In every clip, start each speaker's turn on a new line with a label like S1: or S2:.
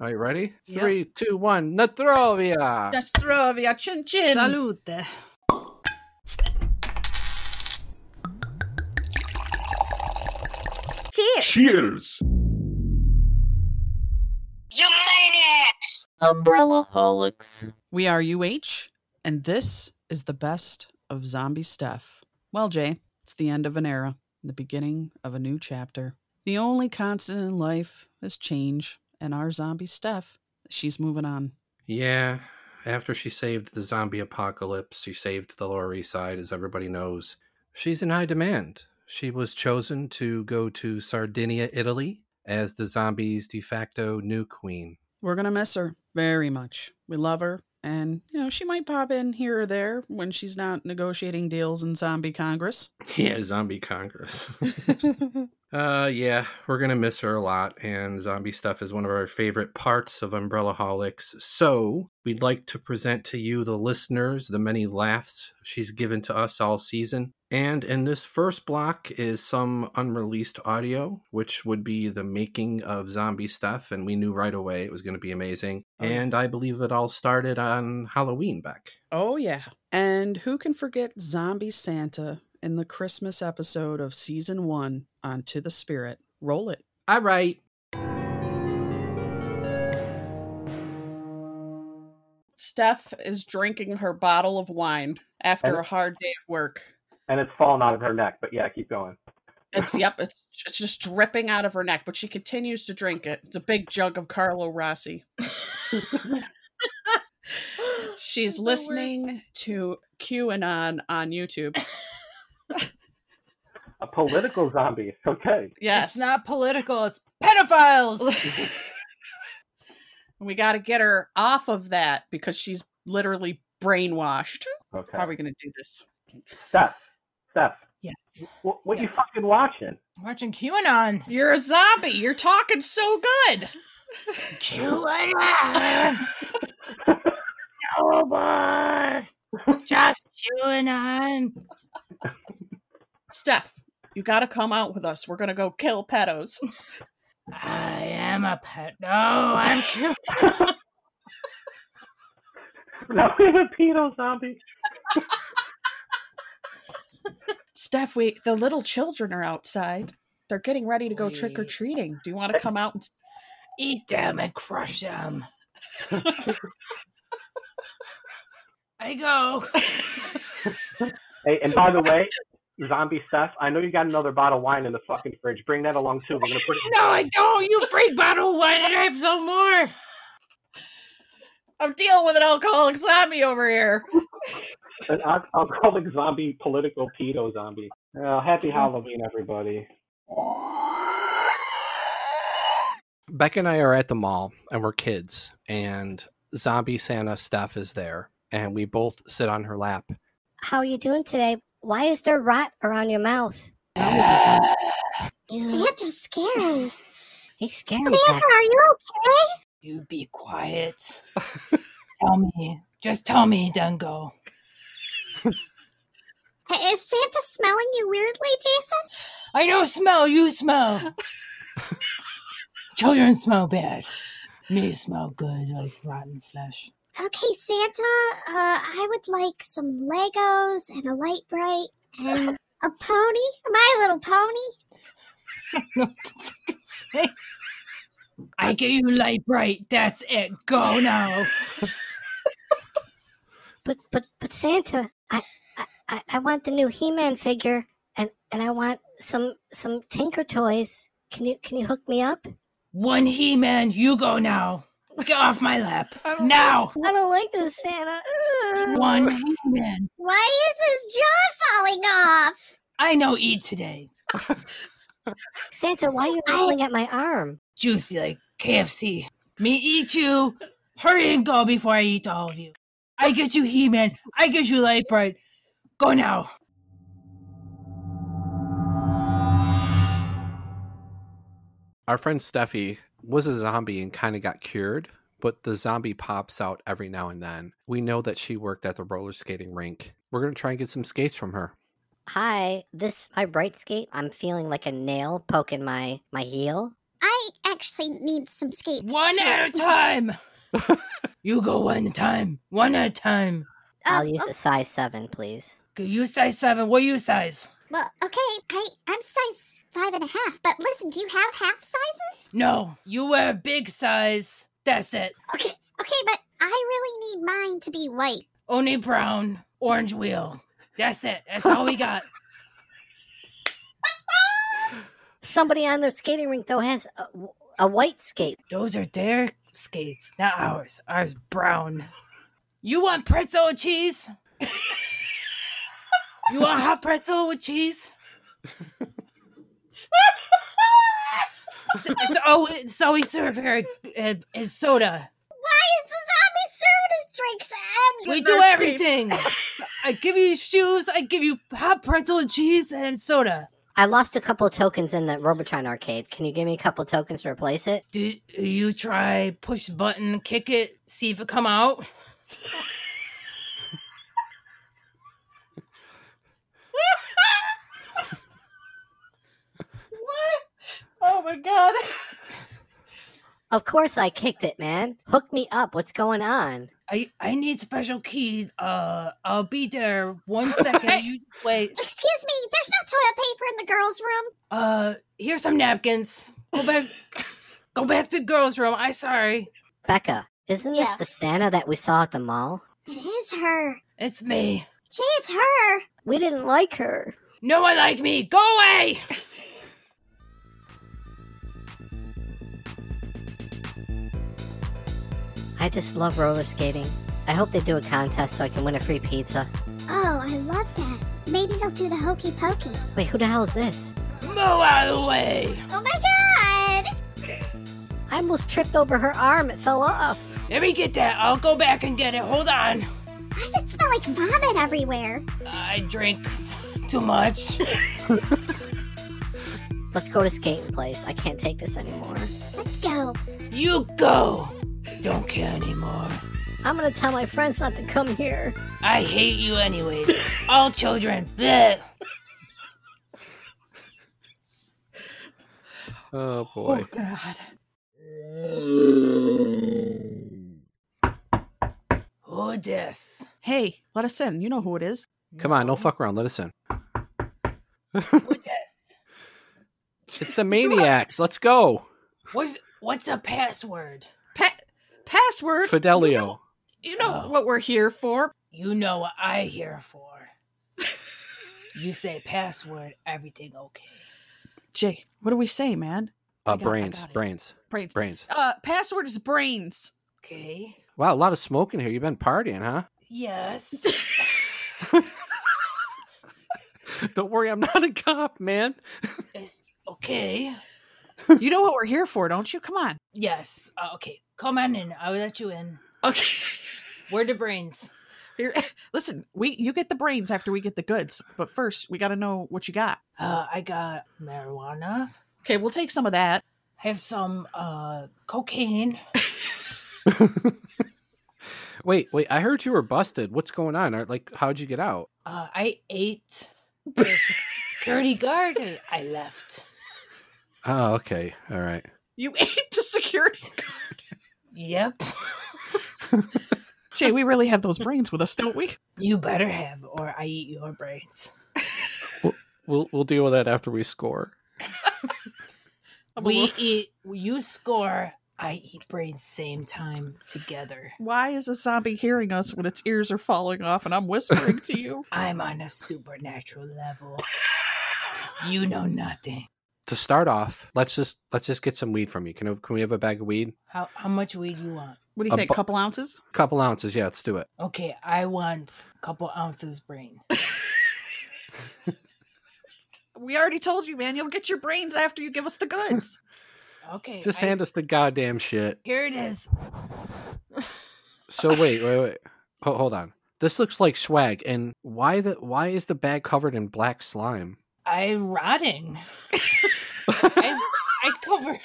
S1: Are you ready?
S2: Yep.
S1: Three, two, one. Natrovia.
S2: Just throw via cin cin.
S3: Salute.
S4: Cheers!
S5: Cheers!
S4: You maniacs! Umbrella holics.
S2: We are UH, and this is the best of zombie stuff. Well, Jay, it's the end of an era, the beginning of a new chapter. The only constant in life is change, and our zombie Steph, she's moving on.
S1: Yeah. After she saved the zombie apocalypse, she saved the Lower East Side, as everybody knows. She's in high demand. She was chosen to go to Sardinia, Italy, as the zombies' de facto new queen.
S2: We're going to miss her very much. We love her, and, you know, she might pop in here or there when she's not negotiating deals in Zombie Congress.
S1: Yeah, zombie Congress. Uh, yeah, we're gonna miss her a lot, and zombie stuff is one of our favorite parts of Umbrella Holics. So we'd like to present to you, the listeners, the many laughs she's given to us all season. And in this first block is some unreleased audio, which would be the making of zombie stuff, and we knew right away it was gonna be amazing.
S2: Oh, yeah.
S1: And I believe it all started on Halloween back.
S2: Oh, yeah. And who can forget Zombie Santa in the Christmas episode of season one on To the Spirit? Roll it.
S1: All right.
S2: Steph is drinking her bottle of wine after a hard day at work.
S6: and it's fallen out of her neck. But yeah, keep going.
S2: It's, yep, it's, it's just dripping out of her neck, but she continues to drink it. It's a big jug of Carlo Rossi. She's
S3: That's the worst.
S2: listening to QAnon on YouTube.
S6: A political zombie. Okay.
S2: Yes.
S3: It's not political. It's pedophiles.
S2: we got to get her off of that because she's literally brainwashed.
S6: Okay.
S2: How are we going to do this?
S6: Steph. Steph.
S3: yes.
S6: What, what you
S3: Yes.
S6: fucking watching?
S3: Watching QAnon.
S2: You're a zombie. You're talking so good.
S4: QAnon! Over! Just QAnon!
S2: Steph, you got to come out with us. We're going to go kill pedos.
S4: I am a pet. No, I'm QAnon!
S6: No, he's a pedo zombie.
S2: Steph, we the little children are outside. They're getting ready to go trick or treating. Do you want to come out and
S4: Eat them and crush them. I go.
S6: Hey, and by the way, zombie Steph, I know you got another bottle of wine in the fucking fridge. Bring that along too. We're gonna put it.
S4: No, I don't. You bring bottle wine and I have no more.
S2: I'm dealing with an alcoholic zombie over here?
S6: An al- alcoholic zombie, political pedo zombie. Oh, happy Halloween, everybody.
S1: Beck and I are at the mall and we're kids and zombie Santa Steph is there and we both sit on her lap.
S7: How you doing today? Why is there rot around your mouth?
S8: Santa's scary.
S7: He's scary.
S8: Santa, are you okay?
S4: You be quiet. tell me. Just tell me, Dungo.
S8: Hey, Is Santa smelling you weirdly, Jason?
S4: I don't smell. You smell. Children smell bad. Me smell good like rotten flesh.
S8: Okay, Santa, uh, I would like some Legos and a light bright and a pony, my little pony.
S4: I give you light bright. That's it. Go now.
S7: But but but Santa, I I- I, I want the new He-Man figure and and I want some some Tinker toys. Can you can you hook me up?
S4: One He Man. You go now. Get off my lap now.
S7: I don't like this Santa. Ugh.
S4: One He Man.
S8: Why is his jaw falling off?
S4: I know. Eat today.
S7: Santa, why are you nibbling at my arm?
S4: Juicy like KFC. Me eat you. Hurry and go before I eat all of you. I get you He Man. I get you light bright. Go now.
S1: Our friend Steffi was a zombie and kind of got cured, but the zombie pops out every now and then. We know that she worked at the roller skating rink. We're going to try and get some skates from her.
S7: Hi, this my right skate. I'm feeling like a nail poking my my heel.
S8: I actually need some skates.
S4: One
S8: too.
S4: at a time. you go one at a time. One at a time.
S8: Um,
S7: I'll use
S8: oh,
S7: a size seven, please.
S4: Okay, you size seven. What you size?
S8: Well, okay, I I'm size five and a half. But listen, do you have half sizes?
S4: No, you wear a big size. That's it.
S8: Okay, okay, but I really need mine to be white.
S4: Only brown, orange wheel. That's it. That's all we got.
S7: Somebody on their skating rink though has a, a white skate.
S4: Those are their skates, not ours. Ours brown. You want pretzel with cheese? you want hot pretzel with cheese? so, so, oh, so we serve her uh, uh, soda.
S8: Why is the zombie sodas drinks and
S4: We do everything. I give you shoes. I give you hot pretzel and cheese and soda.
S7: I lost a couple tokens in the Robotron arcade. Can you give me a couple tokens to replace it?
S4: Do you try push the button, kick it, see if it come out?
S5: Oh my god.
S7: Of course I kicked it, man. Hook me up. What's going on?
S4: I I need special key. Uh, I'll be there one second. you wait.
S8: Excuse me, there's no toilet paper in the girls' room.
S4: Uh, here's some napkins. Go back. Go back to girls' room. I sorry.
S7: Becca, isn't this
S8: Yeah.
S7: the Santa that we saw at the mall?
S8: It is her.
S4: It's me.
S8: Jay, it's her.
S7: We didn't like her.
S4: No one like me. Go away.
S7: I just love roller skating. I hope they do a contest so I can win a free pizza.
S8: Oh, I love that. Maybe they'll do the hokey pokey.
S7: Wait, who the hell is this?
S4: Move out of the way.
S8: Oh my god!
S7: I almost tripped over her arm. It fell off.
S4: Let me get that. I'll go back and get it. Hold on.
S8: Why does it smell like vomit everywhere?
S4: I drink too much.
S7: Let's go to skating place. I can't take this anymore.
S8: Let's go.
S4: You go. Don't care anymore.
S7: I'm gonna tell my friends not to come here.
S4: I hate you anyways. All children. Bleh.
S1: Oh boy.
S5: god.
S4: Who this?
S2: Hey, let us in. You know who it is.
S1: Come on, don't fuck around. Let us in.
S4: Who this?
S1: It's the maniacs. Let's go.
S4: What's what's a password?
S2: Pa- password.
S1: Fidelio.
S2: You know
S4: Oh.
S2: what we're here for.
S4: You know what I here for. you say password, everything okay.
S2: Jay, what do we say, man?
S1: Uh,
S4: I got it, I
S1: brains,
S4: got it.
S1: brains,
S2: Brains.
S1: brains.
S2: Uh, password is brains.
S4: Okay.
S1: Wow, a lot of smoke in here. You've been partying, huh?
S4: Yes.
S1: Don't worry, I'm not a cop, man.
S4: it's okay.
S2: you know what we're here for, don't you? Come on.
S4: Yes. Uh, okay. Come on in. I will let you in.
S2: Okay.
S4: Where the brains?
S2: Here, listen, we you get the brains after we get the goods, but first we got to know what you got.
S4: Uh, I got marijuana.
S2: Okay, we'll take some of that.
S4: Have some uh cocaine.
S1: Wait, wait. I heard you were busted. What's going on? Are- Like, how'd you get out?
S4: Uh, I ate the security guard and I left.
S1: Oh, okay. All right.
S2: You ate the security.
S4: Yep.
S2: Jay, we really have those brains with us, don't we?
S4: You better have, or I eat your brains.
S1: We'll we'll deal with that after we score.
S2: I'm a
S4: we
S2: little-
S4: eat. You score. I eat brains same time together.
S2: Why is a zombie hearing us when its ears are falling off and I'm whispering to you?
S4: I'm on a supernatural level. you know nothing.
S1: To start off, let's just let's just get some weed from you. Can I- can we have a bag of weed?
S4: How how much weed you want?
S2: What do you
S1: A
S2: think?
S1: bu-
S2: couple ounces?
S1: Couple ounces. Yeah, let's do it.
S4: Okay, I want a couple ounces brain.
S2: We already told you, man. You'll get your brains after you give us the goods.
S4: Okay,
S1: Just
S4: I-
S1: hand us the goddamn shit.
S4: Here it is.
S1: So wait, wait, wait. Ho- hold on. This looks like swag. And why the why is the bag covered in black slime?
S4: I'm rotting. I, I cover.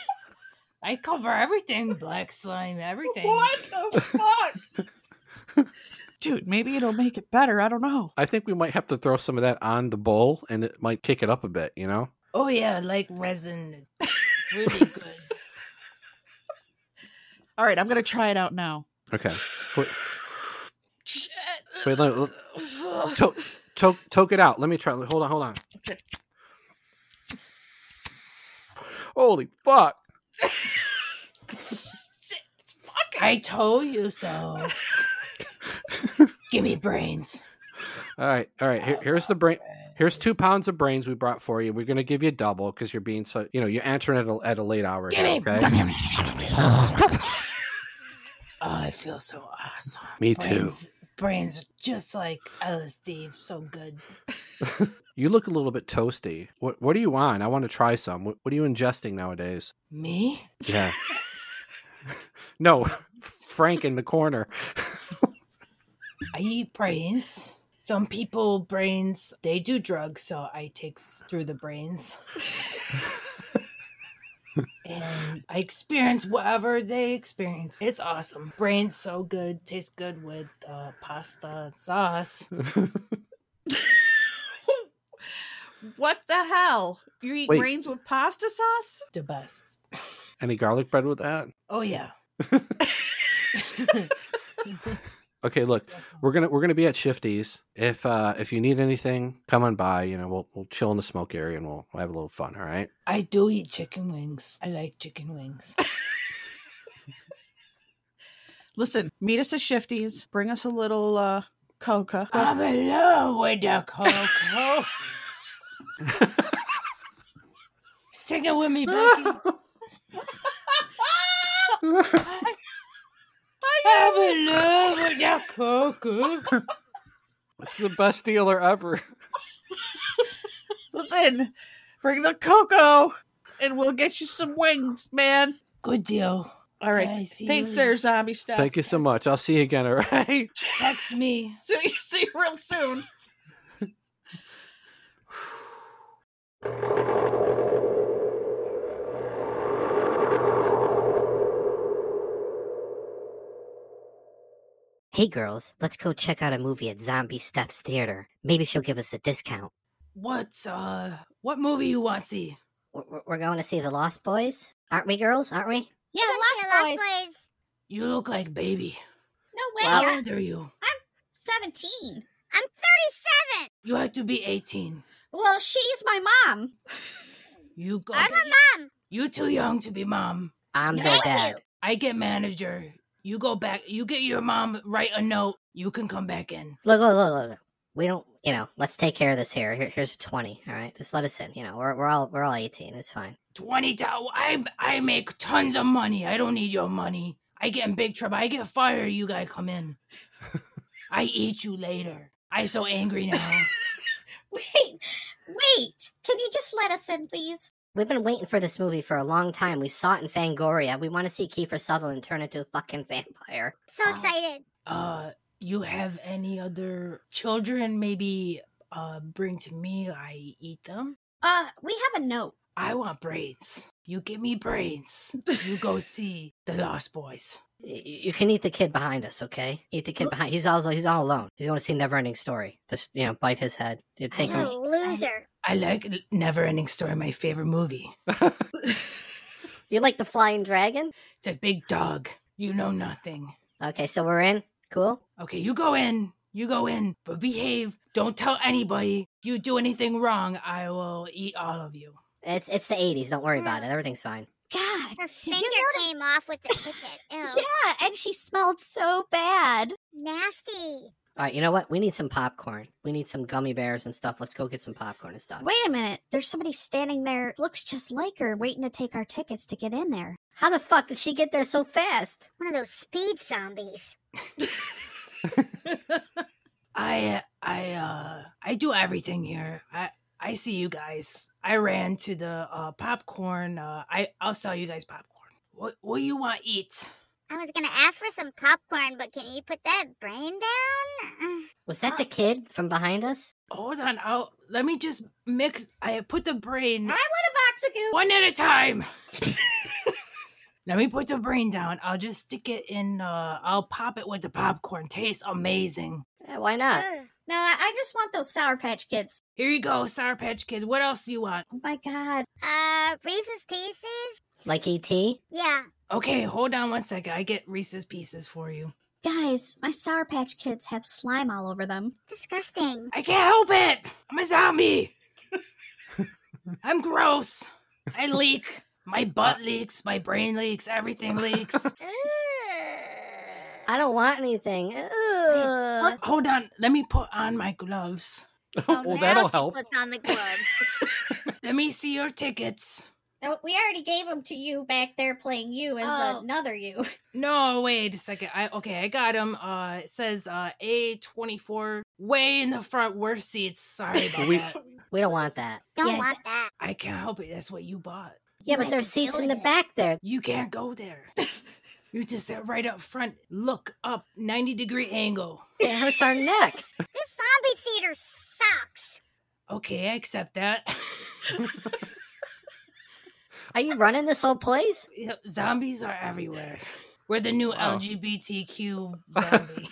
S4: I cover everything. Black slime. Everything.
S5: What the fuck?
S2: Dude, maybe it'll make it better. I don't know.
S1: I think we might have to throw some of that on the bowl, and it might kick it up a bit. You know.
S4: Oh yeah, like resin. It's really good.
S2: All right, I'm gonna try it out now.
S1: Okay. Wait, wait let, toke, toke, toke it out. Let me try. Hold on, hold on.
S2: Okay.
S1: Holy fuck!
S4: I told you so. Give me brains.
S1: All right, all right. Here, here's the brain. Here's two pounds of brains we brought for you. We're gonna give you double because you're being so. You know, you're answering at a, at a late hour.
S4: Give me.
S1: Here, okay.
S4: oh, I feel so awesome.
S1: Me
S4: Brains, brains are just like LSD, so good.
S1: You look a little bit toasty. What What are you on? I want to try some. What, what are you ingesting nowadays?
S4: Me?
S1: Yeah. no, Frank in the corner.
S4: I eat brains. Some people brains they do drugs, so I takes through the brains. and I experience whatever they experience. It's awesome. Brains so good, tastes good with uh, pasta and sauce.
S2: What the hell? You eat
S1: Wait.
S2: grains with pasta sauce?
S4: The best.
S1: Any garlic bread with that?
S4: Oh yeah.
S1: Okay, look, we're gonna we're gonna be at Shifty's. If uh if you need anything, come on by. You know, we'll we'll chill in the smoke area and we'll, we'll have a little fun. All right.
S4: I do eat chicken wings. I like chicken wings.
S2: Listen, meet us at Shifty's. Bring us a little uh coca.
S4: I'm in love with the cocoa. Sing it with me, Becky. I'm in love with the cocoa.
S1: This is the best dealer ever.
S2: Listen, bring the cocoa, and we'll get you some wings, man.
S4: Good deal.
S2: All right.
S4: I see
S2: Thanks,
S4: you.
S2: there, zombie stuff.
S1: Thank you so much. I'll see you again. All right.
S4: Text me.
S2: So you see you real soon.
S7: Hey girls, let's go check out a movie at Zombie Steph's Theater. Maybe she'll give us a discount.
S4: What's uh? What movie you want to see?
S7: We're, we're- we're going to see The Lost Boys, aren't we, girls? Aren't we?
S8: Yeah,
S5: Lost Boys.
S4: You look like baby.
S5: No way.
S4: How
S5: I'm
S4: old are you?
S5: 17. I'm 37.
S4: You have to be 18.
S5: Well, she's my mom.
S4: You go.
S5: I'm a mom.
S4: You too young to be mom.
S7: I'm their
S5: Thank
S7: dad.
S5: you.
S4: I get manager. You go back. You get your mom write a note. You can come back in.
S7: Look, look, look, look. We don't, you know, let's take care of this here. here here's a 20, all right? Just let us in. You know, we're, we're all we're all 18. It's fine.
S4: Twenty dollars. I I make tons of money. I don't need your money. I get in big trouble. I get fired. You gotta come in. I eat you later. I so angry now.
S8: Wait, wait. Can you just let us in, please?
S7: We've been waiting for this movie for a long time. We saw it in Fangoria. We want to see Kiefer Sutherland turn into a fucking vampire.
S8: So
S4: Wow.
S8: excited.
S4: Um, uh, you have any other children? Maybe uh, bring to me. I eat them.
S8: Uh, we have a note.
S4: I want braids. You give me braids. You go see the Lost Boys.
S7: Y- You can eat the kid behind us, okay? Eat the kid behind. He's all he's all alone. He's going to see Neverending Story. Just you know, bite his head. You take
S8: You're
S7: him.
S8: a loser.
S4: Oh. I like Neverending Story. My favorite movie.
S7: You like the Flying Dragon?
S4: It's a big dog. You know nothing.
S7: Okay, so we're in. Cool.
S4: Okay, you go in. You go in, but behave. Don't tell anybody. You do anything wrong, I will eat all of you.
S7: It's it's the 80s. Don't worry
S4: Mm.
S7: about it. Everything's fine.
S8: God,
S5: Her
S8: did
S5: finger
S8: you notice?
S5: came off with the ticket. Ew.
S8: Yeah, and she smelled so bad.
S5: Nasty.
S7: All right, you know what? We need some popcorn. We need some gummy bears and stuff. Let's go get some popcorn and stuff.
S8: Wait a minute. There's somebody standing there, looks just like her, waiting to take our tickets to get in there.
S7: How the fuck did she get there so fast?
S5: One of those speed zombies.
S4: I I uh I do everything here. I I see you guys. I ran to the uh popcorn. Uh I I'll sell you guys popcorn. What what you want eat?
S5: I was gonna ask for some popcorn, but can you put that brain down?
S7: Was that the kid from behind us?
S4: Hold on. I'll let me just mix I put the brain
S5: a box of goo.
S4: one at a time. Let me put the brain down. I'll just stick it in. Uh, I'll pop it with the popcorn. Tastes amazing.
S7: Yeah, why not?
S9: Uh,
S8: No, I I just want those Sour Patch Kids.
S4: Here you go, Oh, Sour Patch Kids. What else do you want?
S8: Oh my god.
S5: Uh, Reese's Pieces?
S7: Like E E.T.?
S5: Yeah.
S4: Okay, hold on one second. I get Reese's pieces for you.
S8: Guys, my Sour Patch Kids have slime all over them.
S5: Disgusting.
S4: I can't help it. I'm a zombie. I'm gross. I leak. My
S7: Uh,
S4: butt leaks. My brain leaks. Everything leaks.
S5: Ugh.
S7: I don't want anything. Ugh.
S4: Hold on. Let me put on my gloves.
S5: Oh, now
S1: well, that'll
S5: she
S1: help.
S5: puts on the gloves.
S4: Let me see your tickets.
S9: No, Oh, we already gave them to you back there playing you as
S8: Oh.
S9: another you.
S4: No, wait a second. I okay, I got him. Uh, it says uh A twenty four way in the front, worst seats. Sorry about
S1: We-
S4: that.
S7: We don't want that.
S5: Don't
S8: Yes.
S5: want that.
S4: I can't help it. That's what you bought.
S7: Yeah, but
S9: Right,
S7: there's
S9: it's
S7: seats in
S9: building
S7: the
S9: it.
S7: back there.
S4: You can't go there. you just sit right up front. Look up ninety degree angle.
S7: It hurts our neck.
S5: This zombie theater sucks.
S4: Okay, I accept that.
S7: Are you running this whole place?
S4: Yeah, Zombies are everywhere. We're the new
S1: Wow.
S4: LGBTQ zombie.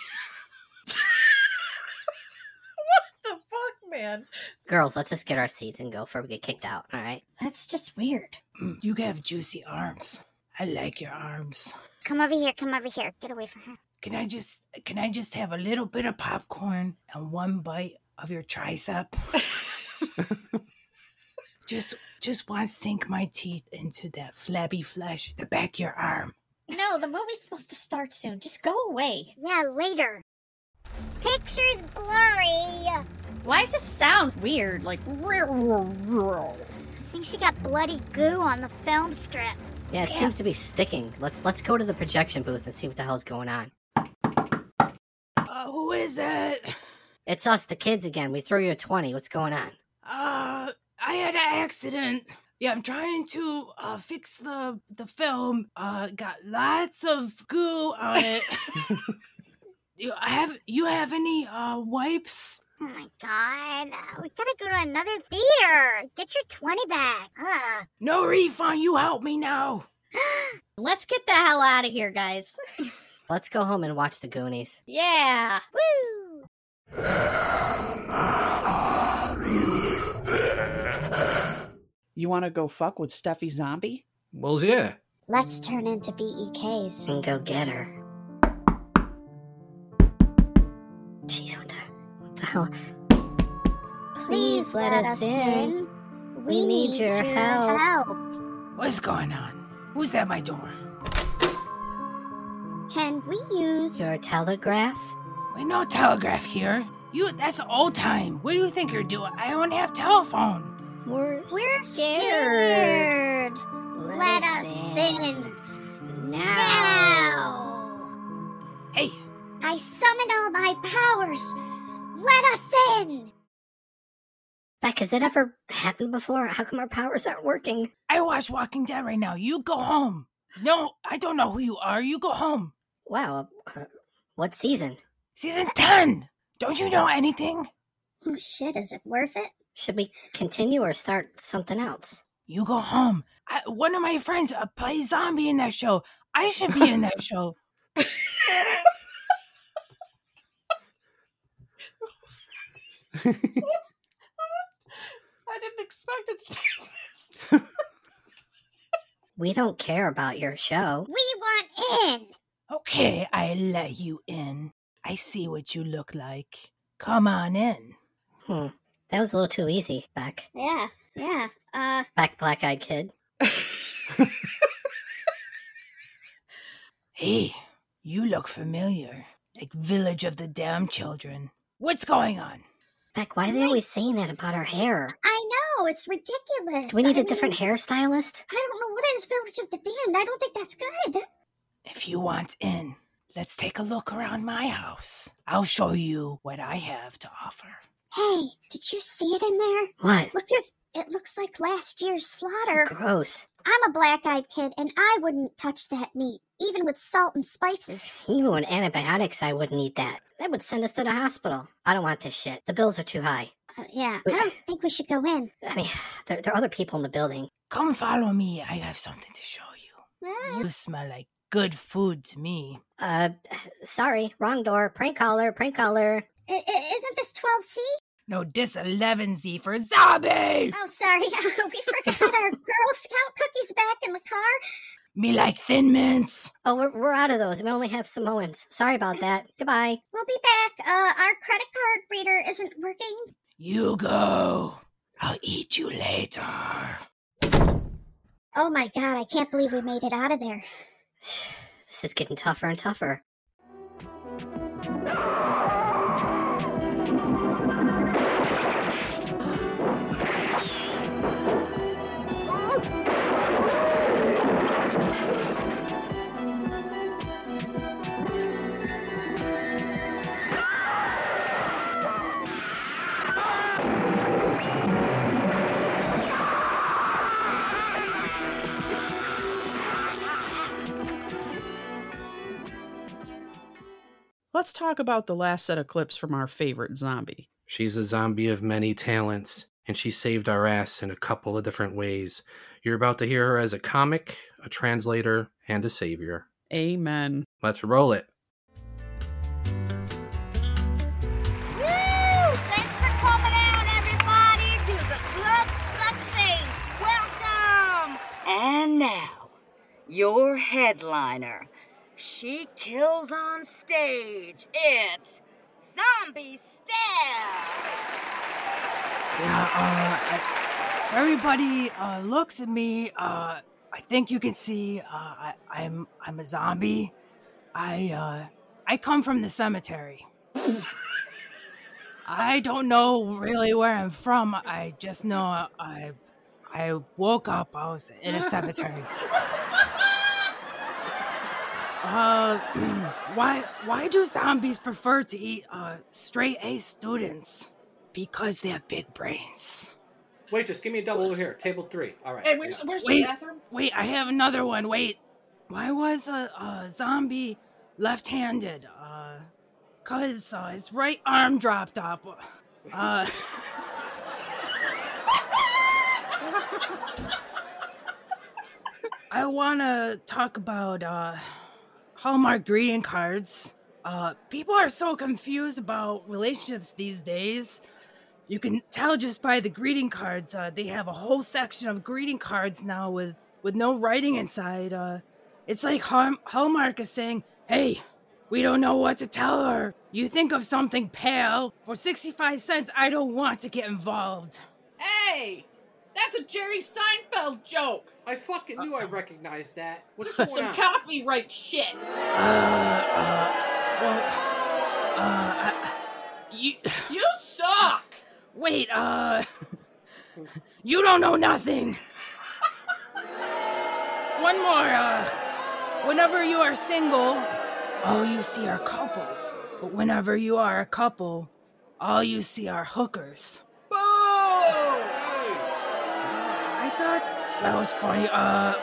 S10: the fuck, man?
S7: Girls, let's just get our seats and go before we get kicked out. All right.
S8: That's just weird.
S4: Mm, you have juicy arms. I like your arms.
S5: Come over here. Come over here. Get away from her.
S4: Can I just can I just have a little bit of popcorn and one bite of your tricep? just just want to sink my teeth into that flabby flesh, the back of your arm.
S9: No, the movie's supposed to start soon. Just go away.
S5: Yeah, later. Pictures blurry. I
S9: Why does this sound weird? Like,
S5: think she got bloody goo on the film strip.
S7: Yeah, it seems to be sticking. Let's let's go to the projection booth and see what the hell's going on.
S4: Uh, who is that?
S7: It's us, the kids again. We threw you a twenty. What's going on?
S4: Uh, I had an accident. Yeah, I'm trying to uh, fix the the film. Uh, got lots of goo on it. you I have you have any uh wipes?
S5: Oh my god. Uh, We gotta go to another theater. Get your 20 back.
S8: uh.
S5: Ugh.
S4: No refund. You help me now.
S9: let's get the hell out of here, guys.
S7: Let's go home and watch the Goonies.
S9: Yeah.
S5: Woo!
S2: You want to go fuck with Steffi Zombie?
S1: Well, yeah.
S8: Let's turn into
S7: E
S8: BEKs.
S7: And go get her. Jeez, what the, what the hell? Please let us in. We need your help.
S4: What's going on? Who's at my door?
S8: Can we use
S7: Your telegraph?
S4: Wait, no telegraph here. You that's old time. What do you think you're doing? I don't have telephone.
S7: We're,
S8: We're scared.
S7: scared. Let,
S8: Let us in
S7: now.
S8: now.
S4: Hey,
S8: I summon all my powers. Let us in.
S7: Beck, has it ever happened before? How come our powers aren't working?
S4: I watch Walking Dead right now. You go home. No, I don't know who you are. You go home.
S7: Wow, uh, what season?
S4: Season 10. Don't you know anything?
S8: Oh shit, is it worth it?
S7: Should we continue or start something else?
S4: You go home. I, one of my friends uh, plays zombie in that show. I should be in that show.
S10: I didn't expect it to take this.
S7: We don't care about your show.
S8: We want in.
S4: Okay, I let you in. I see what you look like. Come on in.
S7: Hmm. That was a little too easy, Beck.
S8: Yeah, yeah. Uh,
S7: Beck, black eyed kid.
S4: Hey, you look familiar. Like Village of the Damn Children. What's going on?
S7: Beck, why are they always saying that about our hair?
S8: I know it's ridiculous.
S7: Do we need
S8: I
S7: a different
S8: mean,
S7: hairstylist?
S8: I don't know what is Village of the Damned. I don't think that's good.
S4: If you want in, let's take a look around my house. I'll show you what I have to offer.
S8: Hey, did you see it in there?
S7: What?
S8: Look, there's. It looks like last year's slaughter.
S7: Gross.
S8: I'm a black-eyed kid, and I wouldn't touch that meat, even with salt and spices.
S7: Even with antibiotics, I wouldn't eat that. That would send us to the hospital. I don't want this shit. The bills are too high.
S8: Uh, yeah, I don't think we should go in.
S7: I mean, there, there are other people in the building.
S4: Come follow me. I have something to show you.
S8: Ah.
S4: You smell like good food to me.
S7: Uh, sorry, wrong door. Prank caller, prank caller.
S8: I- I- isn't this 12C?
S4: No, dis 11Z for zombie!
S8: uh, Oh, sorry. we forgot our Girl Scout cookies back in the car.
S4: Me like thin mints.
S7: Oh, we're, we're out of those. We only have Samoans. Sorry about that. Goodbye.
S8: We'll be back. Uh, our credit card reader isn't working.
S4: You go. I'll eat you later.
S8: Oh my god, I can't believe we made it out of there.
S7: This is getting tougher and tougher.
S2: Let's talk about the last set of clips from our favorite zombie.
S1: She's a zombie of many talents, and she saved our ass in a couple of different ways. You're about to hear her as a comic, a translator, and a savior.
S2: Amen.
S1: Let's roll it.
S5: Woo! Thanks for coming out, everybody, to the Club Fuckface. Welcome!
S11: And now, your headliner. She kills on stage. It's Zombie Steph.
S4: Yeah, uh, I- everybody uh, looks at me. Uh, I think you can see uh, I, I'm I'm a zombie. I uh, I come from the cemetery. I don't know really where I'm from. I just know I I woke up. I was in a cemetery. Uh, why why do zombies prefer to eat uh straight A students? Because they have big brains.
S12: Wait, just give me a double over here. Table three. All right.
S10: Hey, where's-
S12: yeah.
S10: where's
S4: Wait, wait, I have another one. Wait, why was a, a zombie left-handed? Uh, cause uh, his right arm dropped off. Uh, I want to talk about uh, Hallmark greeting cards. Uh, people are so confused about relationships these days. You can tell just by the greeting cards. Uh, they have a whole section of greeting cards now with, with no writing inside. Uh, it's like Hall- Hallmark is saying, hey, we don't know what to tell her. You think of something pale. For 65 cents, I don't want to get involved.
S10: Hey, that's a Jerry Seinfeld joke.
S12: I fucking knew I recognized that. What's
S10: this
S12: going
S10: is some
S12: on?
S10: copyright shit.
S13: Uh,
S4: You,
S10: you suck.
S4: Wait, uh. you don't know nothing! One more, uh. Whenever you are single, all you see are couples. But whenever you are a couple, all you see are hookers. I thought that was funny. Uh.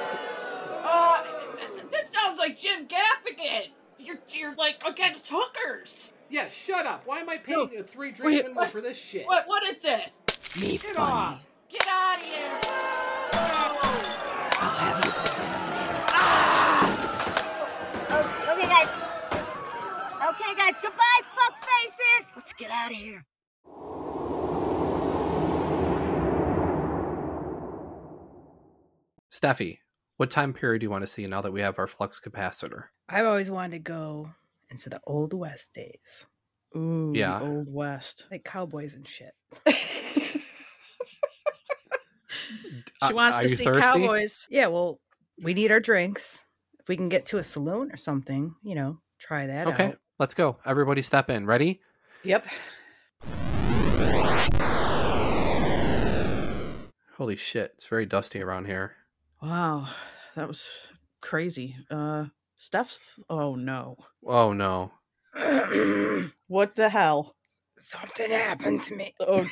S10: Uh, th- that sounds like Jim Gaffigan. You're, you're like against hookers.
S12: Yeah, shut up. Why am I paying a three drink minimum for this shit?
S10: What? What is this?
S4: Me
S10: Get off. Get out of here.
S11: Oh, okay, guys. Okay, guys. Goodbye, fuck faces. Let's get out of here.
S1: Steffi, what time period do you want to see now that we have our flux capacitor?
S4: I've always wanted to go into the Old West days.
S2: Ooh,
S1: Yeah.
S2: the Old West.
S4: Like cowboys and shit.
S1: Uh,
S2: Uh,
S4: She wants
S1: are
S4: to
S1: you
S4: see
S1: thirsty?
S4: cowboys. Yeah, well, we need our drinks. If we can get to a saloon or something, you know, try that
S1: Okay,
S4: out.
S1: let's go. Everybody step in. Ready?
S2: Yep.
S1: Holy shit, it's very dusty around here.
S2: Wow, that was crazy. Uh, Steph's. Oh no.
S1: Oh no.
S2: what the hell?
S4: Something happened to me.
S2: Oh,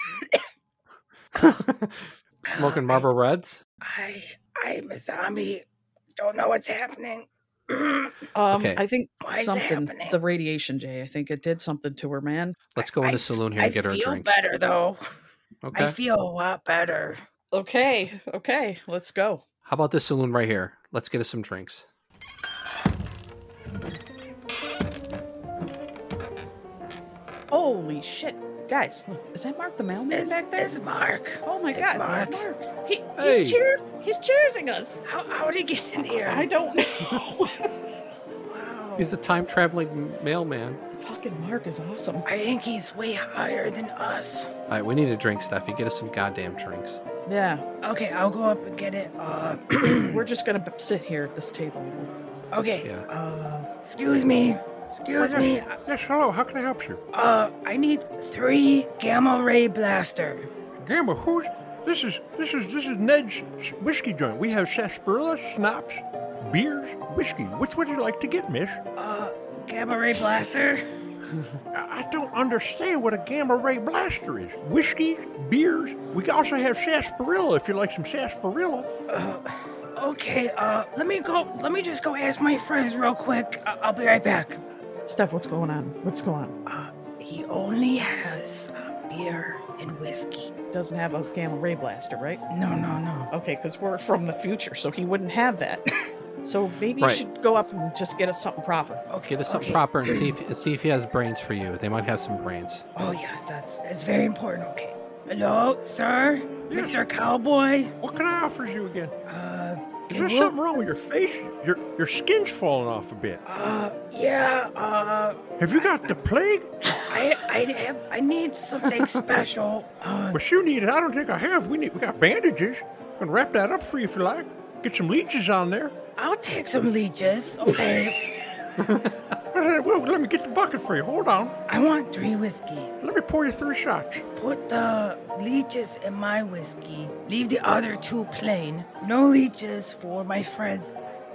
S1: Smoking Marlboro Reds?
S4: I I'm a zombie. Don't know what's happening. um,
S2: um,
S1: Okay.
S2: I think
S4: Why is it
S2: something.
S4: happening?
S2: The radiation, Jay. I think it did something to her, man.
S1: Let's go in the saloon here
S4: I
S1: and get her a
S4: feel
S1: drink.
S4: better though.
S1: Okay.
S4: I feel a lot better.
S2: Okay. Okay. Let's go.
S1: How about this saloon right here? Let's get us some drinks.
S2: Holy shit, guys! Look, is that Mark the mailman
S4: It's,
S2: back there?
S4: it's Mark.
S2: Oh my
S4: It's
S2: god,
S4: Mark.
S2: Mark.
S4: He,
S1: Hey.
S4: he's cheering.
S10: He's choosing us.
S4: How, how'd he get in here?
S10: I don't know.
S14: He's the time traveling mailman.
S10: Fucking Mark is awesome.
S4: I think he's way higher than us.
S1: All right, we need a drink, Steffi. Get us some goddamn drinks.
S2: Yeah.
S4: Okay, I'll go up and get it. Uh,
S2: We're just gonna b- sit here at this table.
S4: okay.
S1: Yeah.
S4: Uh, excuse me. Excuse me.
S13: Yes, hello. How can I help you?
S4: Uh, I need three gamma ray blaster.
S13: Gamma, who's? This is this is this is Ned's whiskey joint. We have sarsaparilla, schnapps, beers, whiskey. Which would you like to get, Miss?
S4: Uh, gamma ray blaster.
S13: I I don't understand what a gamma ray blaster is. Whiskey, beers. We also have sarsaparilla. If you like some sarsaparilla.
S4: Uh, Okay. Uh, let me go. Let me just go ask my friends real quick. I- I'll be right back.
S2: Steph, what's going on? What's going on?
S4: Uh, He only has uh, beer and whiskey.
S2: Doesn't have a gamma ray blaster, right?
S4: No, no, no.
S2: Okay, because we're from the future, so he wouldn't have that. so maybe
S1: Right.
S2: you should go up and just get us something proper.
S1: Get us something proper and see if see if he has brains for you. They might have some brains.
S4: Oh yes, that's that's very important. Okay. Hello, sir, Mr. Cowboy.
S13: What can I offer you again?
S4: Uh,
S13: Is there
S4: Gamma-
S13: something wrong with your face? Your your skin's falling off a bit.
S4: Uh, yeah. Uh,
S13: Have you got the plague?
S4: I I have, I need something special.
S13: But you need it. I don't think I have. We need. We got bandages. I can wrap that up for you if you like. Get some leeches on there.
S4: I'll take some leeches. Okay.
S13: Wait, wait, let me get the bucket for you. Hold on.
S4: I want three whiskey.
S13: Let me pour you three shots.
S4: Put the leeches in my whiskey. Leave the other two plain. No leeches for my friends.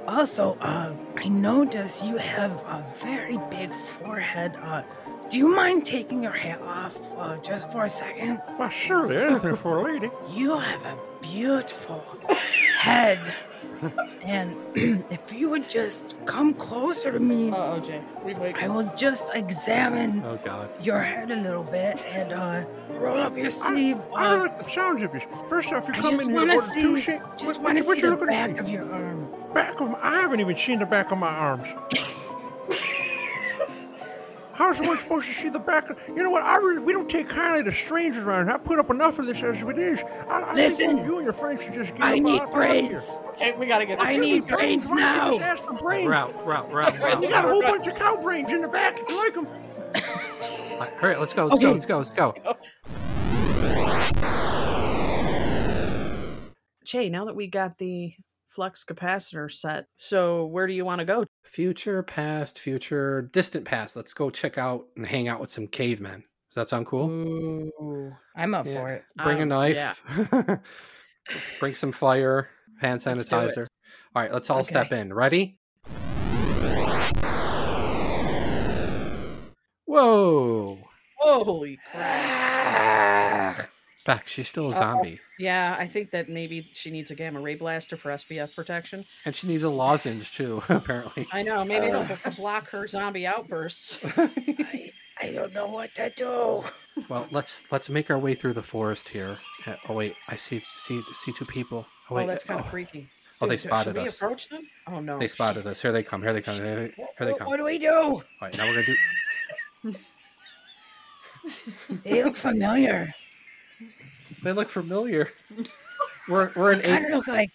S4: Also, uh, I notice you have a very big forehead. Uh, do you mind taking your hat off uh, just for a second?
S13: Well, surely anything for a lady.
S4: You have a beautiful head. And if you would just come closer to me,
S2: Oh, Jay, we might.
S4: I will just examine
S1: Oh God.
S4: your head a little bit and uh, roll up your sleeve.
S13: I, I don't
S4: uh,
S13: like the sounds of this. First off, you
S4: I
S13: come
S4: just
S13: in here
S4: wanna
S13: order
S4: see-
S13: two shit.
S4: just
S13: what,
S4: wanna
S13: what
S4: see
S13: you
S4: the
S13: looking
S4: back
S13: at?
S4: of your arm.
S13: Back of my, I haven't even seen the back of my arms. How's one supposed to see the back? Of, you know what? I really, we don't take kindly to strangers around. here. I put up enough of this as it is. I, I
S4: Listen.
S13: think you and your friends should just get
S4: I
S13: up
S4: need
S13: out- out of
S4: brains.
S13: here.
S2: Okay, we gotta get.
S13: If
S4: I
S13: you
S4: need brains
S13: why
S4: now.
S13: don't you Just ask for brains.
S1: Route, route, route,
S13: You
S1: route.
S13: got a whole bunch of cow brains in the back if you like them.
S1: All right, hurry, let's go, let's go,
S4: Okay.
S1: let's go, let's go.
S2: Jay, now that we got the flux capacitor set, so where do you want to go?
S1: Future, past, future, distant past. Let's go check out and hang out with some cavemen. Does that sound cool?
S4: I'm up
S1: Yeah.
S4: for it.
S1: Bring a
S2: Um,
S1: knife. Bring some fire, hand
S4: Let's do it.
S1: sanitizer. All right, let's all step
S4: Okay.
S1: in. Ready? Whoa.
S2: Oh. Holy crap.
S1: Beck, she's
S4: Oh.
S1: still a
S2: Uh,
S1: zombie.
S2: Yeah, I think that maybe she needs a gamma ray blaster for SPF protection.
S1: And she needs a lozenge too, apparently.
S2: I know, maybe it'll block her zombie outbursts.
S4: I don't know what to do.
S1: Well, let's let's make our way through the forest here. Uh, Oh wait, I see see see two people. Oh, wait,
S2: oh, that's kind of
S1: oh,
S2: freaky.
S1: oh, they
S2: Dude,
S1: spotted
S2: should
S1: us.
S2: we approach them? Oh no.
S1: They spotted us. Here they come. Here they come. Here they, here they
S4: What,
S1: come.
S4: what do we do?
S1: All right, now we're gonna do.
S4: They look familiar.
S1: They look familiar. We're we're an
S4: I don't
S1: eight.
S4: look like.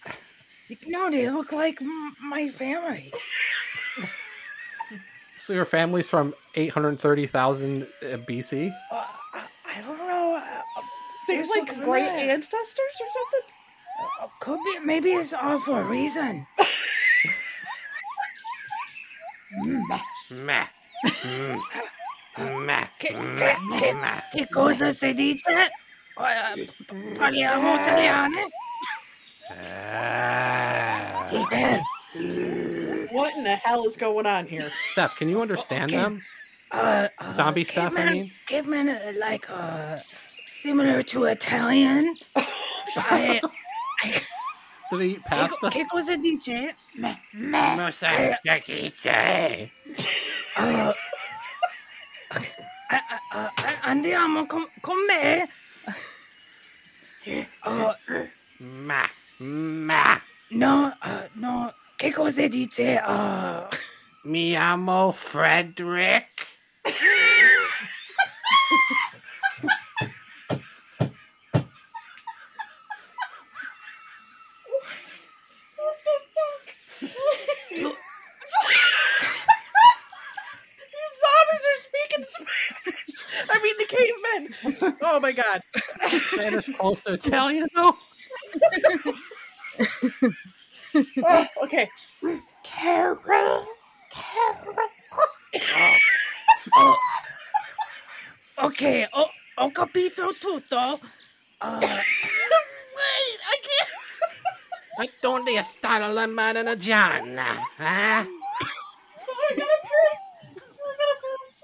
S4: No, they look like m- my family.
S1: So your family's from eight hundred thirty thousand eh, BC.
S4: Uh, I, I don't know. uh, uh,
S2: They
S4: just
S2: like
S4: look
S2: great
S4: familiar.
S2: ancestors or something?
S4: Uh, Could be. Maybe it's all for a reason.
S1: Meh. Mm. Meh. Mm.
S4: Que, que, que, che cosa si dice? Eh, p- Parliamo italiano?
S2: What in the hell is going on here?
S1: Steph, can you understand
S4: Okay.
S1: them?
S4: Uh, uh,
S1: Zombie stuff, I
S4: caveman-
S1: mean?
S4: Caveman, uh, like, uh, similar to Italian. I,
S1: Do they eat
S4: che,
S1: pasta?
S4: che cosa dice? Meh, meh. Eh. Uh, eh, eh, eh, andiamo con, con me? Uh,
S1: Ma. Ma.
S4: no, uh, no. Che cosa dice? Uh,
S1: Mi amo Frederick.
S2: I mean, the cavemen. Oh my god.
S1: That is close to Italian, though.
S2: Oh, okay.
S15: Carol.
S4: Okay, oh, ho capito tutto. Uh,
S16: Wait, I can't.
S15: Like donde está la Madonna Gianna? eh? Huh?
S16: Oh, I gotta piss.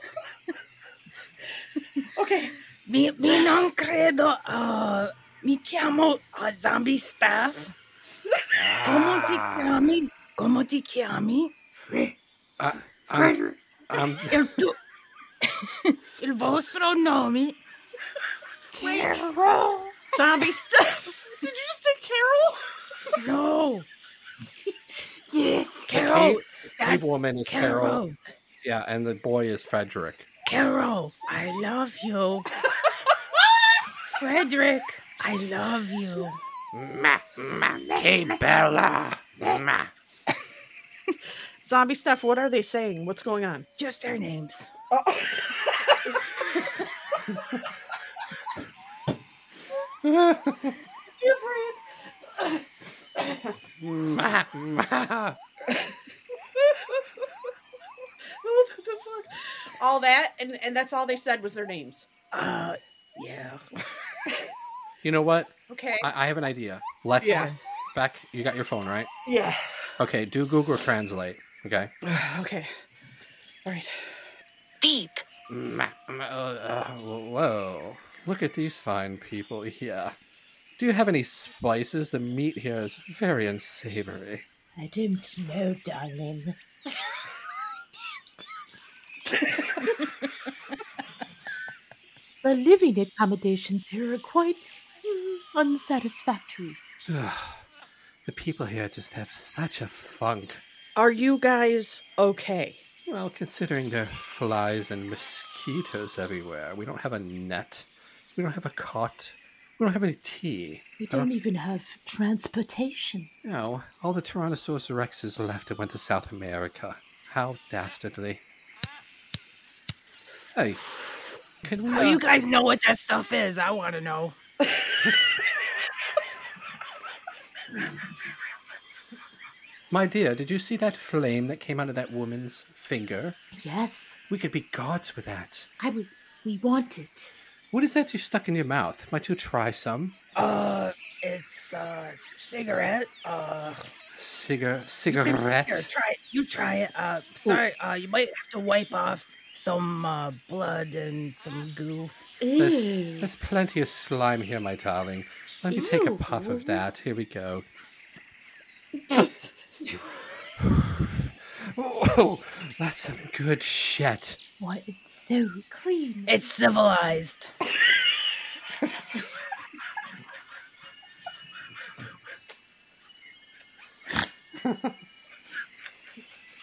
S16: Oh,
S4: okay. Mi, mi non credo. uh, mi chiamo uh, Zombie Staff. Come ti chiami? Come ti chiami?
S15: Uh, um,
S1: um,
S4: Il tuo. Il vostro nome.
S15: Carol.
S2: Zombie stuff. Did you just say Carol?
S4: No.
S15: Yes.
S1: The cave, cave woman is Carol. Yeah, and the boy is Frederick.
S4: Carol, I love you. Frederick, I love you.
S15: Ma, ma, che bella. Ma.
S2: Zombie stuff. What are they saying? What's going on? Oh,
S4: Just their names.
S15: Ma, ma.
S2: what the fuck? All that, and, and that's all they said was their names.
S4: Uh, yeah.
S1: You know what?
S2: Okay.
S1: I, I have an idea. Let's.
S2: Yeah.
S1: Beck, you got your phone, right?
S2: Yeah.
S1: Okay, do Google Translate. Okay.
S2: okay. All right.
S1: Beep.
S2: uh,
S1: whoa. Look at these fine people here. Do you have any spices? The meat here is very unsavory.
S15: I don't know, darling.
S17: The living accommodations here are quite mm, unsatisfactory.
S1: the people here just have such a funk.
S2: Are you guys okay?
S1: Well, considering there are flies and mosquitoes everywhere, we don't have a net, we don't have a cot, we don't have any tea.
S17: We
S1: I don't-
S17: don't even have transportation.
S1: No, all the Tyrannosaurus rexes left and went to South America. How dastardly. Hey, can we.
S4: How
S1: uh,
S4: Oh,
S17: Oh,
S4: you guys know what that stuff is? I want to know.
S1: My dear, did you see that flame that came out of that woman's finger?
S17: Yes,
S1: We could be gods with that.
S17: I would. We want it.
S1: What is that you stuck in your mouth? Might you try some?
S4: Uh, it's uh cigarette. Uh,
S1: Cigar,
S4: Here,
S1: cigarette.
S4: try it. You try it. Uh, sorry. Uh, you might have to wipe off some uh blood and some goo.
S1: There's, there's plenty of slime here, my darling. Let me take a puff
S4: Ew.
S1: of that. Here we go. oh, that's some good shit.
S17: Why it's so clean.
S4: It's civilized.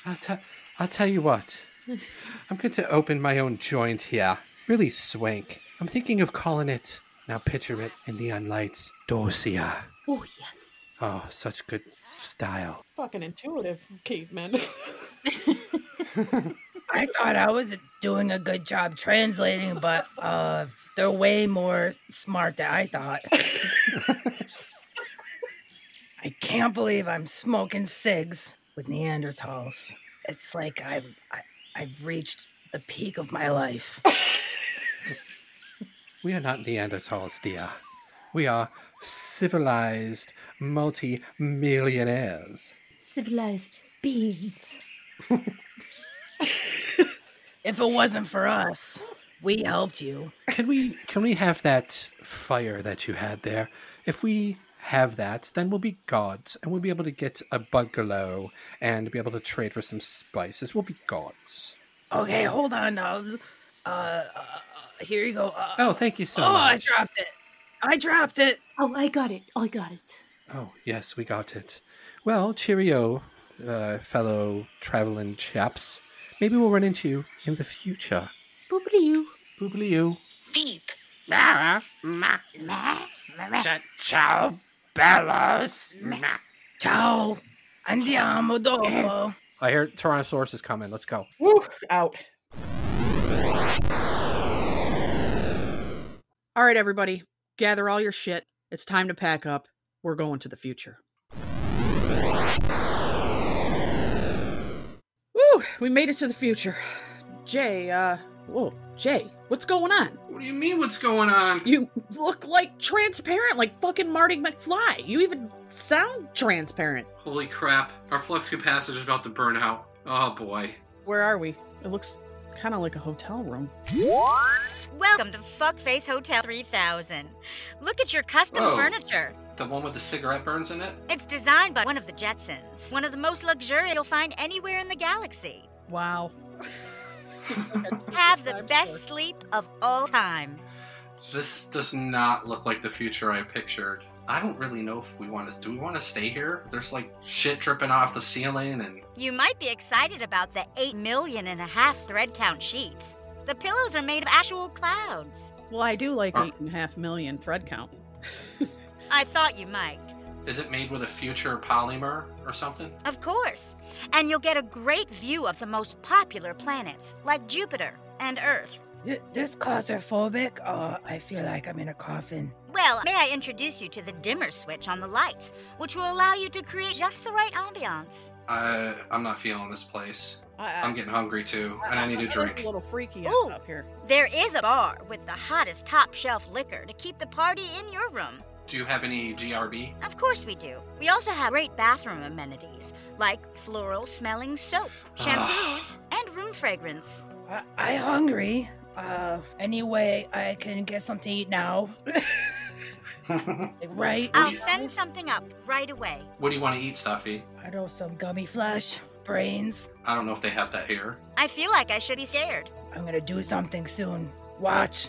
S1: I'll, te- I'll tell you what. I'm going to open my own joint here. Really swank. I'm thinking of calling it, now picture it in neon lights, Dorsia.
S17: Oh yes.
S1: Oh, such good style.
S2: Fucking intuitive cavemen.
S4: I thought I was doing a good job translating, but uh, they're way more smart than I thought. I can't believe I'm smoking cigs with Neanderthals. It's like I'm, I, I've reached the peak of my life.
S1: We are not Neanderthals, dear. We are civilized multi millionaires.
S17: Civilized beings.
S4: If it wasn't for us, we helped you.
S1: Can we can we have that fire that you had there? If we have that, then we'll be gods and we'll be able to get a bungalow and be able to trade for some spices. We'll be gods.
S4: Okay, hold on. Uh, uh, uh, here you go. Uh,
S1: Oh, thank you so
S4: oh, I
S1: much.
S4: dropped it. I dropped it.
S17: Oh, I got it. I got it.
S1: Oh, yes, we got it. Well, cheerio, uh, fellow traveling chaps. Maybe we'll run into you in the future.
S17: Boobly you.
S1: Boobly you.
S15: Beep. Ma, ma, ma, ma. Ciao, Bellows. Ma.
S4: Ciao. Andiamo dopo.
S1: I hear Tyrannosaurus is coming. Let's go.
S2: Woo, out. All right, everybody, gather all your shit. It's time to pack up. We're going to the future. Woo! We made it to the future. Jay, uh, whoa, Jay, what's going on?
S1: What do you mean, what's going on?
S2: You look like transparent, like fucking Marty McFly. You even sound transparent.
S1: Holy crap. Our flux capacitor's about to burn out. Oh boy.
S2: Where are we? It looks kind of like a hotel room.
S18: Welcome to Fuckface Hotel 3000. Look at your custom
S1: Whoa.
S18: furniture.
S1: The one with the cigarette burns in it?
S18: It's designed by one of the Jetsons, one of the most luxurious you'll find anywhere in the galaxy.
S2: Wow.
S18: Have the best sleep of all time.
S1: This does not look like the future I pictured. I don't really know if we want to. Do we want to stay here? There's like shit dripping off the ceiling and.
S18: You might be excited about the 8 million and a half thread count sheets. The pillows are made of actual clouds.
S2: Well, I do like eight and a half million thread count.
S18: I thought you might.
S1: Is it made with a future polymer or something?
S18: Of course. And you'll get a great view of the most popular planets, like Jupiter and Earth.
S4: Th- This claustrophobic. Uh, I feel like I'm in a coffin.
S18: Well, may I introduce you to the dimmer switch on the lights, which will allow you to create just the right ambiance.
S1: I, I'm not feeling this place.
S18: I- I-
S1: I'm getting hungry too, and I need a drink.
S2: little freaky
S18: Ooh.
S2: up here.
S18: There is a bar with the hottest top shelf liquor to keep the party in your room.
S1: Do you have any GRB?
S18: Of course we do. We also have great bathroom amenities like floral smelling soap, shampoos, and room fragrance.
S4: I hungry. Uh, anyway, I can get something to eat now. right?
S18: I'll send something up right away.
S1: What do you want to eat, Stuffy?
S4: I know some gummy flesh, brains.
S1: I don't know if they have that here.
S18: I feel like I should be scared.
S4: I'm gonna do something soon. Watch.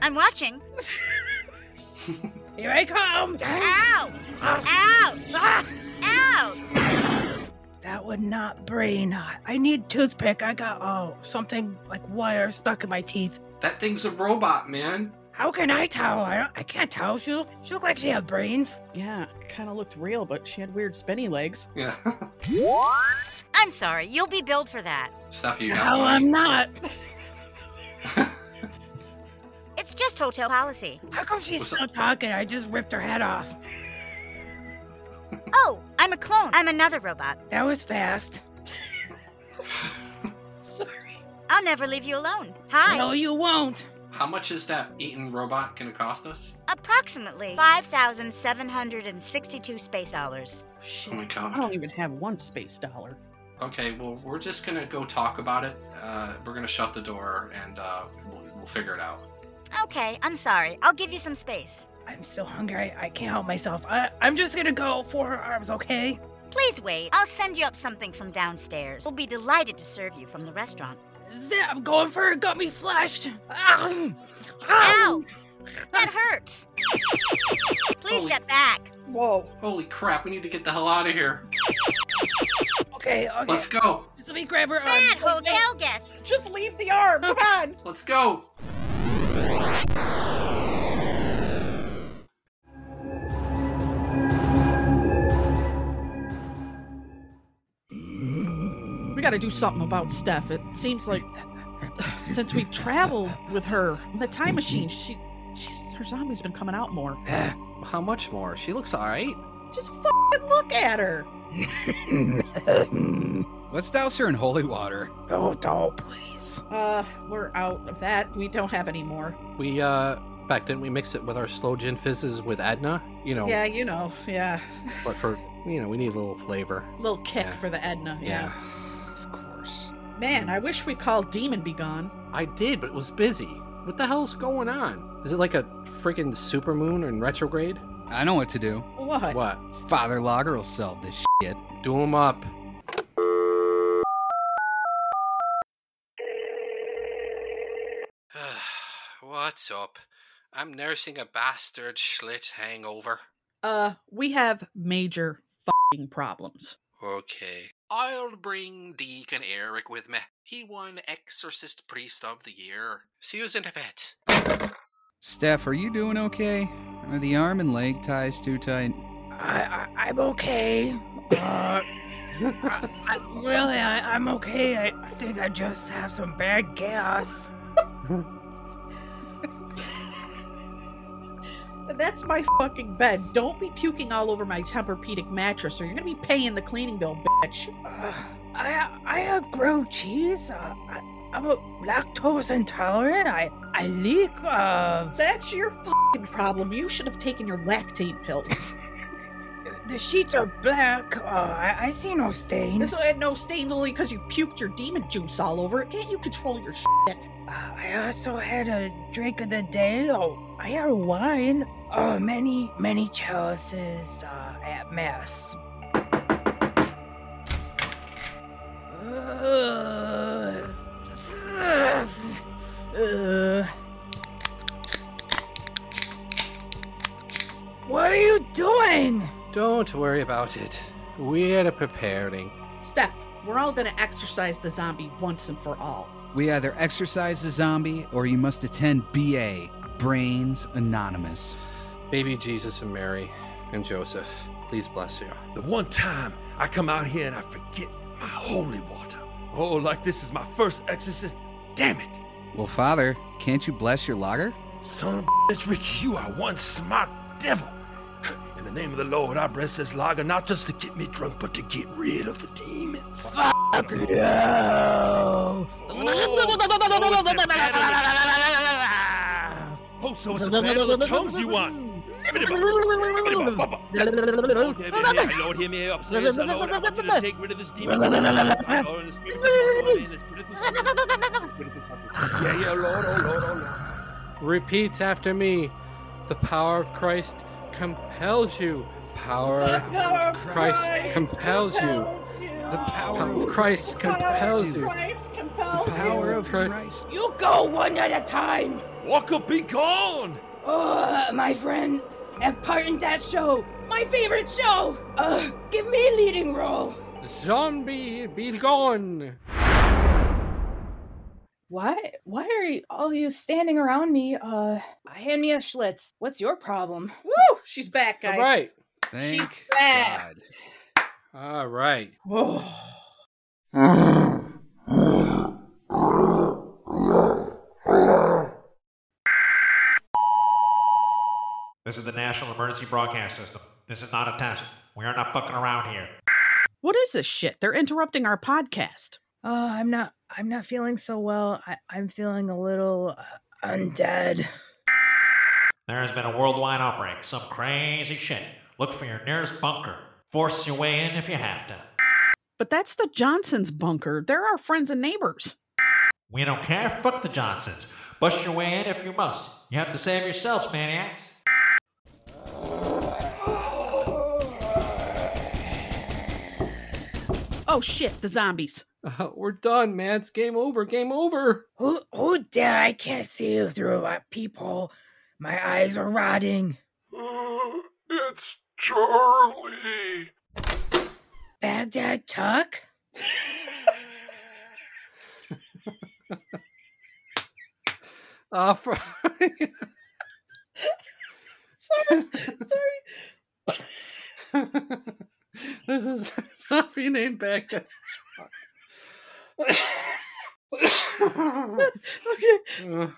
S18: I'm watching.
S4: Here I come.
S18: Ow! Ow! Ow!
S4: That would not brain. I need toothpick. I got oh something like wire stuck in my teeth.
S1: That thing's a robot, man.
S4: How can I tell? I, don't, I can't tell. She look- she look like she had brains.
S2: Yeah, kind of looked real, but she had weird spinny legs.
S1: Yeah.
S18: I'm sorry, you'll be billed for that.
S1: Stuffy, you got
S4: No,
S1: money?
S4: I'm not.
S18: It's just hotel policy.
S4: How come she's still talking? I just ripped her head off.
S18: Oh, I'm a clone. I'm another robot.
S4: That was fast.
S18: I'll never leave you alone. Hi.
S4: No, you won't.
S1: How much is that eating robot gonna cost us?
S18: Approximately 5,762 space dollars.
S1: Oh my
S2: I
S1: god.
S2: don't even have one space dollar.
S1: Okay, well, we're just gonna go talk about it. Uh, we're gonna shut the door and uh, we'll, we'll figure it out.
S18: Okay, I'm sorry. I'll give you some space.
S4: I'm so hungry. I can't help myself. I, I'm just gonna go for her arms, okay?
S18: Please wait. I'll send you up something from downstairs. We'll be delighted to serve you from the restaurant.
S4: Zip, I'm going for a gummy flesh. Ow!
S18: Ow! That hurts. Please step back.
S2: Whoa.
S1: Holy crap, we need to get the hell out of here.
S4: Okay, okay.
S1: Let's go.
S4: Just let me grab her arm.
S18: Bad hotel guest.
S2: Just leave the arm. Come on.
S1: Let's go.
S2: We got to do something about Steph. It seems like since we traveled with her, in the time machine, she, she's her zombie's been coming out more.
S14: Eh, How much more? She looks alright.
S2: Just fucking look at her.
S19: Let's douse her in holy water.
S4: Oh, don't, please.
S2: Uh, we're out of that. We don't have any more.
S1: We, uh, back didn't we mix it with our slow gin fizzes with Edna? You know,
S2: Yeah, you know. Yeah.
S1: but for, you know, we need a little flavor.
S2: Little kick for the Edna. Yeah.
S1: Of course.
S2: Man, I wish we called Demon Be Gone.
S1: I did, but it was busy. What the hell's going on? Is it like a freaking supermoon in retrograde?
S19: I know what to do.
S2: What?
S1: What?
S19: Father Logger will solve this shit.
S1: Do him up. What's up? I'm nursing a bastard schlit hangover.
S2: Uh, we have major fucking problems.
S1: Okay. I'll bring Deacon Eric with me. He won Exorcist Priest of the Year. See you in a bit.
S19: Steph, are you doing okay? Are the arm and leg ties too tight?
S4: I, I, I'm okay. Uh, I, really, I, I'm okay. I, I think I just have some bad gas.
S15: That's my fucking bed. Don't be puking all over my Tempur-Pedic mattress, or you're gonna be paying the cleaning bill, bitch.
S4: I I have grilled cheese. Uh, I, I'm a lactose intolerant. I I leak. Uh,
S15: That's your fucking problem. You should have taken your lactate pills.
S4: the sheets are black. Uh, I, I see no stain.
S15: This one had no stains only because you puked your demon juice all over it. Can't you control your shit?
S4: Uh, I also had a drink of the day. Oh, I had wine. Uh, many, many chalices uh, at mass. Uh, uh, what are you doing?
S1: Don't worry about it. We're preparing.
S15: Steph, we're all gonna exercise the zombie once and for all.
S19: We either exercise the zombie or you must attend BA, Brains Anonymous.
S1: Baby Jesus and Mary and Joseph, please bless you.
S13: The one time I come out here and I forget my holy water. Oh, like this is my first exorcist. Damn it.
S19: Well, Father, can't you bless your lager?
S13: Son of a bitch, Ricky, you are one smart devil. In the name of the Lord, I bless this lager not just to get me drunk, but to get rid of the demons.
S4: Fuck no.
S13: Oh, so it's a battle of tongues you want. Oh, David, hear me, Lord, hear me. Up, says the Lord, I want you to take rid of this demon. My Lord, in the spirit of the Lord, in the spirit of the Lord, in the spirit of the Lord. Yeah, yeah, Lord, oh, Lord, oh, Lord.
S1: Repeat after me. The power of Christ compels you. Power, of Christ, compels you.
S19: The power
S1: Power of Christ compels you.
S15: Christ compels
S1: The power of Christ.
S4: You go one at a time.
S13: Walker, be gone.
S4: Oh, my friend, have part in that show. My favorite show. Uh, give me a leading role.
S1: Zombie, be gone.
S3: Why? Why are you, all you standing around me? Uh, hand me a Schlitz. What's your problem?
S15: Woo! She's back, guys.
S1: All right.
S19: Thank
S15: back.
S19: God.
S1: All right.
S15: Whoa.
S20: This is the National Emergency Broadcast System. This is not a test. We are not fucking around here.
S15: What is this shit? They're interrupting our podcast.
S4: Oh, I'm not. I'm not feeling so well. I, I'm feeling a little uh, undead.
S20: There has been a worldwide outbreak. Some crazy shit. Look for your nearest bunker. Force your way in if you have to.
S15: But that's the Johnsons bunker. They're our friends and neighbors.
S20: We don't care. Fuck the Johnsons. Bust your way in if you must. You have to save yourselves, maniacs.
S15: Oh shit, the zombies.
S1: Uh, we're done, man. It's game over. Game over.
S4: Who? Who dare? I can't see you through my peephole. My eyes are rotting.
S13: Oh, It's Charlie.
S4: Baghdad Chuck.
S1: Uh, for-
S15: Sorry. Sorry.
S1: this is zombie named Baghdad.
S15: okay.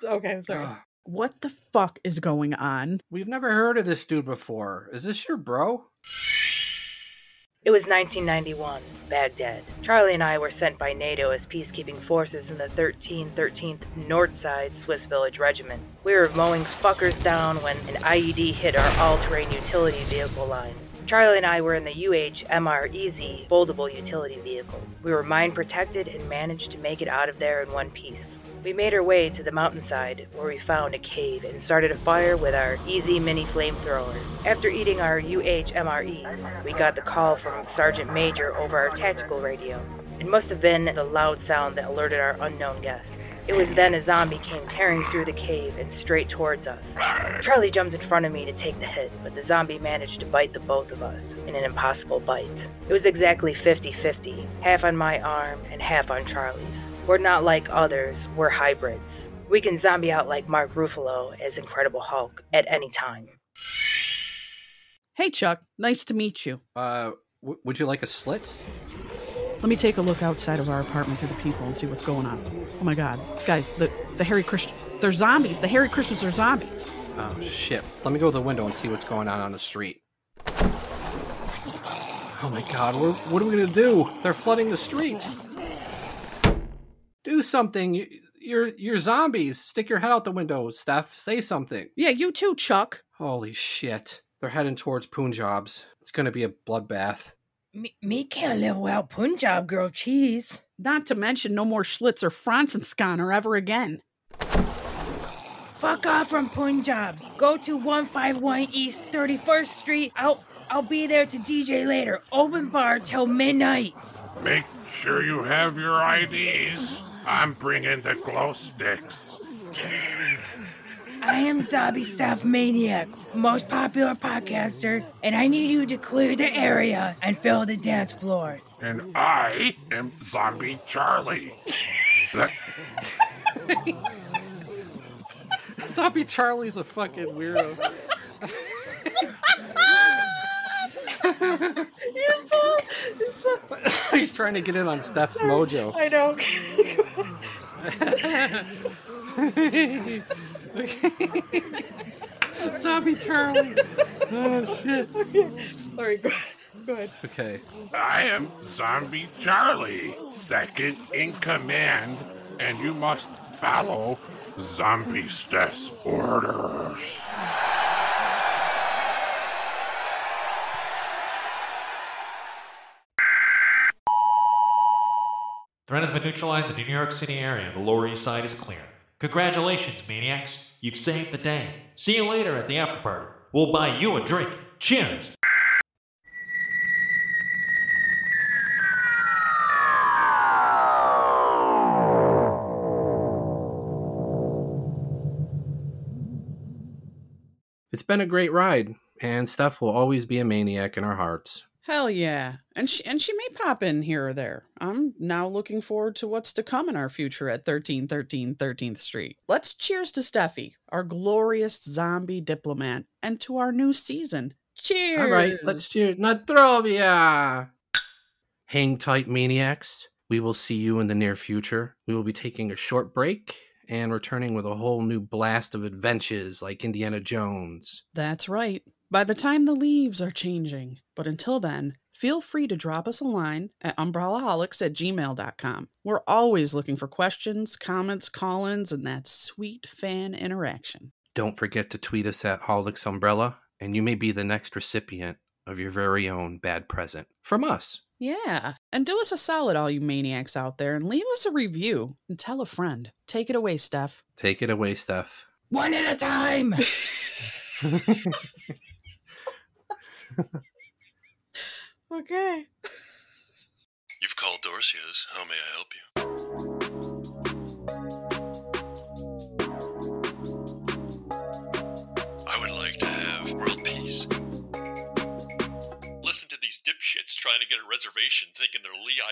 S15: Okay, I'm sorry. What the fuck is going on?
S1: We've never heard of this dude before. Is this your bro?
S21: It was 1991, Baghdad. Charlie and I were sent by NATO as peacekeeping forces in the 1313th Northside Swiss Village Regiment. We were mowing fuckers down when an IED hit our all terrain utility vehicle line. Charlie and I were in the UHMR Easy E foldable utility vehicle. We were mine protected and managed to make it out of there in one piece. We made our way to the mountainside where we found a cave and started a fire with our Easy Mini flamethrower. After eating our UHMREs, we got the call from Sergeant Major over our tactical radio. It must have been the loud sound that alerted our unknown guest. It was then a zombie came tearing through the cave and straight towards us. Charlie jumped in front of me to take the hit, but the zombie managed to bite the both of us in an impossible bite. It was exactly 50 50, half on my arm and half on Charlie's. We're not like others, we're hybrids. We can zombie out like Mark Ruffalo as Incredible Hulk at any time.
S15: Hey, Chuck. Nice to meet you.
S1: Uh, w- would you like a slits?
S2: Let me take a look outside of our apartment through the people and see what's going on. Oh my god. Guys, the, the Harry Christian. They're zombies. The Harry Christians are zombies.
S14: Oh shit! Let me go to the window and see what's going on on the street. Oh my god! What, what are we gonna do? They're flooding the streets. Do something! You- You're you're zombies. Stick your head out the window, Steph. Say something.
S2: Yeah, you too, Chuck.
S14: Holy shit! They're heading towards Punjab's. It's gonna be a bloodbath.
S4: Me, me can't live without Punjab grilled cheese.
S2: Not to mention no more Schlitz or Franzenskanner ever again.
S4: Fuck off from Punjabs. Go to 151 East 31st Street. I'll I'll be there to DJ later. Open bar till midnight.
S22: Make sure you have your IDs. I'm bringing the glow sticks.
S4: I am Zombie Staff Maniac, most popular podcaster, and I need you to clear the area and fill the dance floor.
S22: And I am Zombie Charlie. Sa-
S14: Zombie Charlie's a fucking weirdo.
S15: You're so, you're so
S14: He's trying to get in on Steph's mojo.
S15: I know.
S14: Zombie Charlie.
S15: Oh shit. Okay. All right, go, go ahead.
S14: Okay.
S22: I am Zombie Charlie, second in command, and you must follow Zombie Steph's orders.
S20: Threat has been neutralized in the New York City area. The Lower East Side is clear. Congratulations, maniacs. You've saved the day. See you later at the after party. We'll buy you a drink. Cheers.
S1: It's been a great ride, and Steph will always be a maniac in our hearts.
S2: Hell yeah. And she and she may pop in here or there. I'm now looking forward to what's to come in our future at 1313 13th Street. Let's cheers to Steffi, our glorious zombie diplomat, and to our new season. Cheers.
S1: All right, let's cheer. Natrovia! Hang tight, maniacs. We will see you in the near future. We will be taking a short break and returning with a whole new blast of adventures like Indiana Jones.
S2: That's right. By the time the leaves are changing. But until then, feel free to drop us a line at umbrellaholics at gmail.com. We're always looking for questions, comments, call ins, and that sweet fan interaction.
S1: Don't forget to tweet us at Holics Umbrella, and you may be the next recipient of your very own bad present from us.
S2: Yeah. And do us a solid, all you maniacs out there, and leave us a review and tell a friend. Take it away, Steph.
S1: Take it away, Steph.
S4: One at a time.
S2: Okay.
S23: You've called Dorcias. How may I help you? I would like to have world peace. Listen to these dipshits trying to get a reservation thinking they're Lee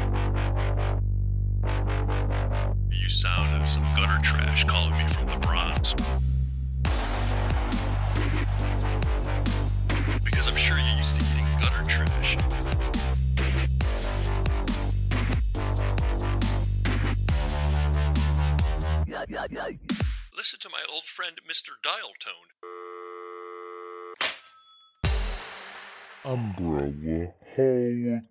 S23: Iacocca. You sound of some gutter trash calling me from the Bronx. Because I'm sure you're used to eating gutter trash. Listen to my old friend Mr. Dial Tone.
S24: Umbrella Holics.